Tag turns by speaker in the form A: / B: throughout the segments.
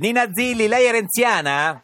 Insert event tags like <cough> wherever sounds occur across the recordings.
A: Nina Zilli, lei è renziana?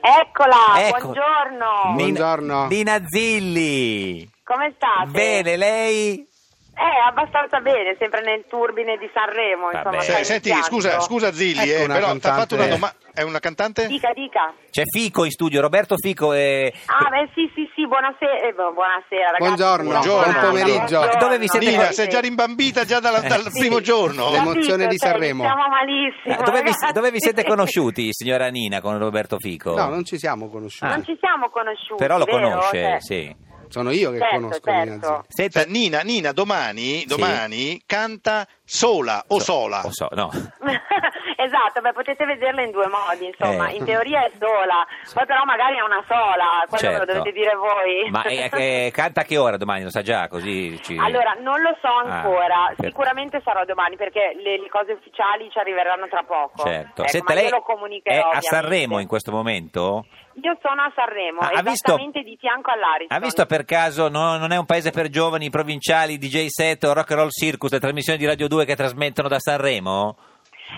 B: Eccola,
A: Ecco.
B: Ah, buongiorno.
A: Nina-
C: Buongiorno.
A: Nina Zilli.
B: Come state?
A: Bene, lei?
B: Eh, abbastanza bene, sempre nel turbine di Sanremo,
A: Vabbè.
B: insomma.
A: Eh,
B: tra
D: Se-
B: il
D: senti,
B: pianto.
D: scusa, scusa Zilli,
C: Ecco
D: eh,
C: una
D: però ti ha
C: cantante.
D: fatto una domanda. È una cantante?
B: Dica, dica.
A: C'è Fico in studio, Roberto Fico. eh,
B: Ah, beh, sì, sì, sì, buonasera, eh, bu- buonasera ragazzi.
C: Buongiorno,
D: buon
C: pomeriggio.
A: Dove vi siete-
D: Nina, sei già rimbambita già
A: Eh,
D: dalla- dal
B: Sì.
D: primo
C: Le
D: giorno.
C: mo- L'emozione di Sanremo.
B: Siamo malissimo.
A: eh, dove, vi,
B: ragazzi.
A: dove vi
B: <laughs>
A: siete conosciuti, signora Nina, con Roberto Fico?
C: No, non ci siamo conosciuti.
A: Ah.
B: Non ci siamo conosciuti,
A: Però lo
B: vero?
A: conosce,
B: Cioè,
A: sì.
C: Sono io che
B: Certo,
C: conosco
B: certo.
C: Nina
A: Senta,
D: Senta, Cioè, Nina, Nina, domani,
A: Sì.
D: domani canta sola o
A: so-
D: sola.
A: o so- no.
B: <laughs> esatto, beh, potete vederla in due modi, insomma,
A: Eh.
B: in teoria è sola, poi però magari è una sola, quello ve
A: Certo.
B: lo dovete dire voi.
A: Ma eh, eh, canta a che ora domani? Lo sa già così? ci-
B: <laughs> Allora, non lo so
A: Ah,
B: ancora,
A: per-
B: sicuramente sarà domani perché le, le cose ufficiali ci arriveranno tra poco.
A: Certo.
B: Ecco,
A: Senta,
B: ma
A: lei
B: io lo
A: è
B: comunicherò.
A: a
B: ovviamente.
A: Sanremo in questo momento?
B: Io sono a Sanremo,
A: Ah, ha visto-
B: esattamente di fianco all'Ariston.
A: Ha visto per caso no- non è un paese per giovani, provinciali, DJ set o rock and roll circus, le trasmissioni di Radio 2 che trasmettono da Sanremo?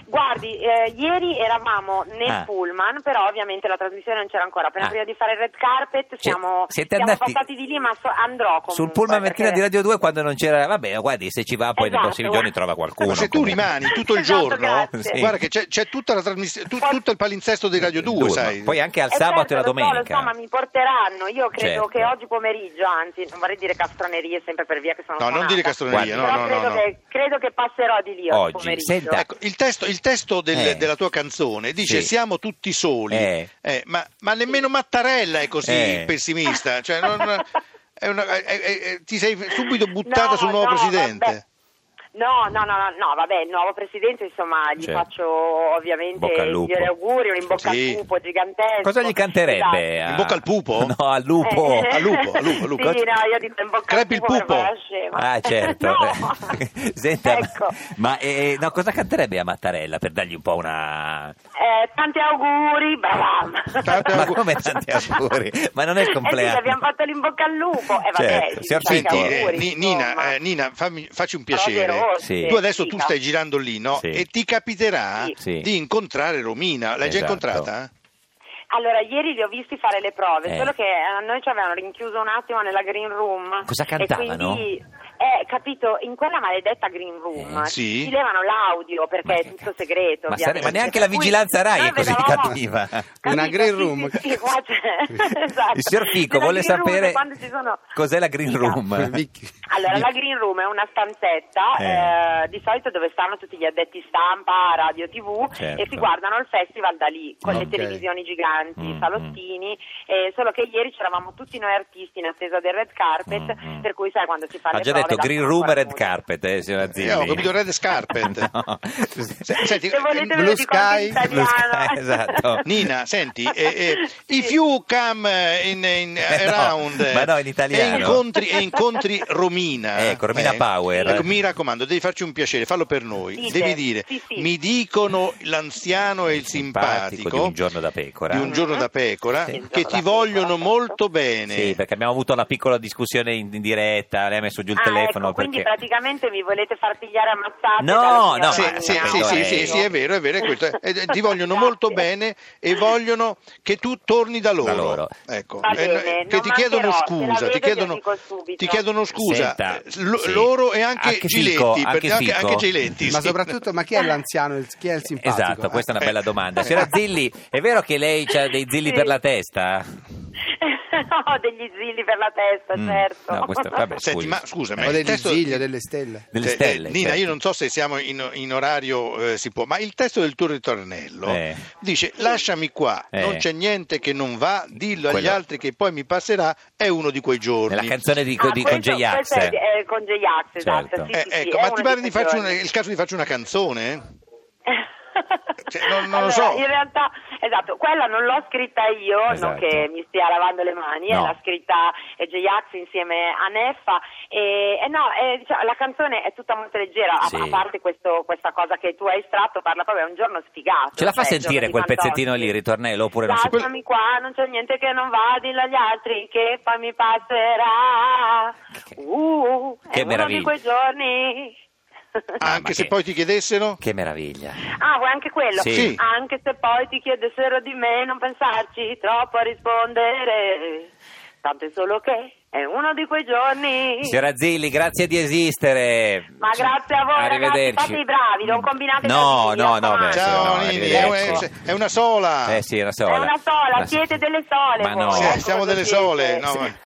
B: Guardi, eh, ieri eravamo nel
A: Ah.
B: pullman, però ovviamente la trasmissione non c'era ancora. Appena
A: Ah. Cioè,
B: prima di fare il red carpet siamo,
A: siete
B: siamo
A: andati-
B: passati di lì, ma so- andrò comunque.
A: Sul pullman mattina
B: perché-
A: di Radio 2 quando non c'era... Vabbè, guardi, se ci va poi nei
B: Esatto,
A: prossimi giorni
B: guarda.
A: trova qualcuno.
D: Ma se tu
A: comunque.
D: rimani tutto il
B: Esatto,
D: giorno,
B: grazie.
A: Sì. Eh,
D: guarda che c'è, c'è tutta la trasmissione, tu- tutto il palinsesto di Radio 2,
A: Due,
D: sai.
A: ma Poi anche al
B: Eh,
A: sabato e
B: certo,
A: la
B: lo so,
A: domenica.
B: lo so, ma mi porteranno. Io credo
A: Certo.
B: che oggi pomeriggio, anzi, non vorrei dire castronerie sempre per via che sono
D: No, non
B: suonata.
D: dire castroneria,
A: Guarda,
D: no,
B: Però
D: no,
B: credo,
D: no. no.
B: Che, credo che passerò di lì
A: Oggi,
B: oggi pomeriggio.
A: senta,
D: Ecco, il testo, il testo del-
A: Eh.
D: della tua canzone dice
A: Sì.
D: siamo tutti soli,
A: Eh.
D: Eh, ma, ma nemmeno Mattarella è così
A: Eh.
D: pessimista, cioè, non- è una- è- è- è- ti sei subito buttata
B: No,
D: sul nuovo
B: no,
D: presidente.
B: vabbè. No, no, no, no, no, vabbè, il nuovo presidente, insomma, gli
A: Certo.
B: faccio ovviamente
A: Bocca al
B: i
A: lupo.
B: migliori auguri, un in bocca
D: Sì.
B: al lupo gigantesco.
A: Cosa gli canterebbe?
B: Esatto.
A: a-
D: In bocca al pupo?
A: <laughs> No, al lupo.
B: Eh.
D: al lupo, al lupo, al lupo.
B: <laughs> Sì, no, io dico in bocca
D: Crepi
B: al
D: il
B: lupo.
D: pupo.
B: per fare la scema.
A: Ah, certo.
B: eh, <laughs> No.
A: <laughs> Senta, ma-
B: ecco.
A: ma eh, no, cosa canterebbe a Mattarella per dargli un po' una...
B: Eh, tanti auguri, bam.
D: Tanti
A: Ma
D: auguri.
A: come tanti auguri? Ma non è il
B: Eh sì,
A: compleanno.
B: abbiamo fatto l'in bocca al lupo. Eh, vabbè,
A: Certo,
B: ci
A: signor
B: sono
A: Finti,
B: tanti
D: eh,
B: auguri,
D: Ni-
B: insomma.
D: Nina, eh, Nina, fammi- facci un piacere.
B: Roger
A: Sì.
B: Ross,
D: Tu adesso tu
B: dica.
D: stai girando lì, no?
A: Sì.
D: E ti capiterà
A: Sì.
D: di incontrare Romina. L'hai già
A: Esatto.
D: incontrata?
B: Allora, ieri li ho visti fare le prove,
A: Eh.
B: solo che a noi ci avevano rinchiuso un attimo nella green room.
A: Cosa
B: e
A: cantavano?
B: quindi, eh, capito, in quella maledetta green room
A: Eh,
D: sì.
B: ci levano l'audio perché
A: Ma
B: è
A: che
B: tutto
A: cazzo.
B: segreto.
A: Ma,
B: ovviamente.
A: sare- ma neanche la
B: Per cui
A: vigilanza Rai
B: noi
A: è così
B: vedevamo-
A: cattiva.
B: Capito?
C: Una green
B: <laughs> Sì,
C: room.
B: sì, sì,
C: <laughs>
B: qua c'è- esatto.
A: Il signor Fico
B: Nella
A: vuole
B: green room,
A: sapere
B: quando ci sono-
A: cos'è la green
B: Dica.
A: room.
C: Vicky.
B: Allora, la green room è una stanzetta
A: Eh.
B: eh, di solito dove stanno tutti gli addetti stampa, radio, tv
A: Certo.
B: e si guardano il festival da lì con
C: Ok.
B: le televisioni giganti,
A: Mm,
B: i salottini. eh, solo che ieri c'eravamo tutti noi artisti in attesa del red carpet,
A: Mm, mm.
B: per cui sai quando si fa
A: Ha
B: le
A: già
B: prove
A: detto
B: la-
A: green room e red carpet, eh, signora Zilli.
D: ho capito red scarpet.
A: <laughs> No.
D: Se- senti,
B: Se volete
D: eh,
B: ve lo
D: Blue
B: dico anche in <laughs>
D: Sky,
B: italiano.
A: Blue Sky, <laughs> esatto.
B: <laughs>
D: Nina, senti, eh, eh,
B: Sì.
D: if you come eh, in, in-
A: Eh, <laughs> no,
D: around eh,
A: ma no, in italiano.
D: e incontri, e
B: <laughs>
D: incontri Romina,
A: Ecco, Romina Power.
D: ecco, mi raccomando, devi farci un piacere, fallo per noi.
B: Dite.
D: Devi dire,
B: Sì, sì.
D: mi dicono l'anziano e il
A: Simpatico
D: simpatico,
A: di un giorno da pecora.
D: di un giorno da pecora,
A: Sì.
D: che ti vogliono molto bene.
A: Sì, perché abbiamo avuto una piccola discussione in, in diretta, lei ha messo giù il
B: Ah,
A: telefono
B: ecco, quindi
A: perché...
B: praticamente mi volete far pigliare ammazzate
A: No,
B: dalla
A: no,
B: signora
A: ma-
D: Sì,
B: Romina.
D: sì,
A: no,
D: sì, sì,
A: eh.
D: sì, sì, è vero, è vero, è questo. Eh, eh, ti vogliono
B: <laughs>
D: molto
B: Grazie.
D: bene e vogliono che tu torni da loro.
A: Da loro.
D: Ecco.
B: Va
D: Eh,
B: bene,
D: che
B: non
D: ti chiedono
B: mancherò, se la
D: scusa,
B: vedo
D: ti
B: glielo
D: chiedono,
B: dico subito.
D: ti chiedono scusa
A: Senta,
D: eh, lo-
A: sì.
D: loro e anche
A: Anche
D: Giletti,
A: Fico,
D: perché
A: anche
D: anche,
A: Fico.
D: anche Giletti.
C: Ma
D: sì.
C: soprattutto, ma chi è l'anziano e chi è il simpatico?
A: Esatto, questa è una
D: Eh.
A: bella domanda.
D: <laughs>
A: Signora Zilli, è vero che lei ha dei zilli
B: Sì.
A: per la testa?
B: <laughs> Ho degli zilli per la testa,
A: Mm,
B: certo.
A: no, questo-
B: <laughs>
A: vabbè,
D: Senti,
A: scusi.
D: ma scusa, ma
C: O
D: il
C: delle
D: testo-
C: ziglie, delle stelle.
A: Delle
D: eh, eh,
A: stelle.
D: Nina,
A: certo.
D: io non so se siamo in, in orario, eh, si può, ma il testo del tuo ritornello
A: Eh.
D: dice lasciami qua,
A: Eh.
D: non c'è niente che non va, dillo agli
A: Quello-
D: altri che poi mi passerà, è uno di quei giorni.
A: Nella canzone di,
B: Ah,
A: di- con
B: questo-
A: J-Ax.
B: questo è- è con J-Ax, esatto,
A: eh. Certo.
B: sì,
D: Eh,
B: sì, sì,
D: ecco,
B: è
D: ma
B: una
D: ti pare di farci una-
B: discussione. <laughs>
D: il caso di farci una canzone? Cioè, non- non lo
B: Allora,
D: so.
B: In realtà, esatto, quella non l'ho scritta io, non
A: Esatto.
B: che mi stia lavando le mani,
A: No.
B: è l'ha scritta eh, J-Ax insieme a Neffa. E, e no, eh, diciamo, la canzone è tutta molto leggera, a-
A: Sì.
B: a, parte questo- questa cosa che tu hai estratto, parla proprio è un giorno sfigato.
A: Ce la fa
B: cioè,
A: sentire
B: giorno di
A: quel pezzettino
B: Fantozzi.
A: lì, il ritornello, oppure non si può?
B: Lasciami qua, non c'è niente che non va, dillo agli altri che poi mi passerà. Uh,
A: Che
B: è uno
A: meraviglia.
B: di quei giorni. <laughs>
A: Ah, ma
D: Anche se
A: che-
D: poi ti chiedessero?
A: Che meraviglia.
B: Ah, vuoi anche quello?
A: Sì.
D: Sì.
B: Anche se poi ti chiedessero di me, non pensarci troppo a rispondere. Tanto è solo che è uno di quei giorni.
A: Signora Zilli, grazie di esistere.
B: Ma grazie a voi, ragazzi,
A: Arrivederci.
B: fate i bravi, non combinate
A: No,
B: casini,
A: no, no, beh,
B: mi raccomando.
A: Ah, no,
D: Ciao Nini, è una-
A: arrivederci.
D: è una sola.
A: Eh sì, è una sola.
B: È una sola,
A: Una
B: siete delle sole.
A: Ma
B: voi,
A: no.
D: Sì,
B: ecco
D: siamo
B: cosa
D: delle
B: siete.
D: sole. no, ma-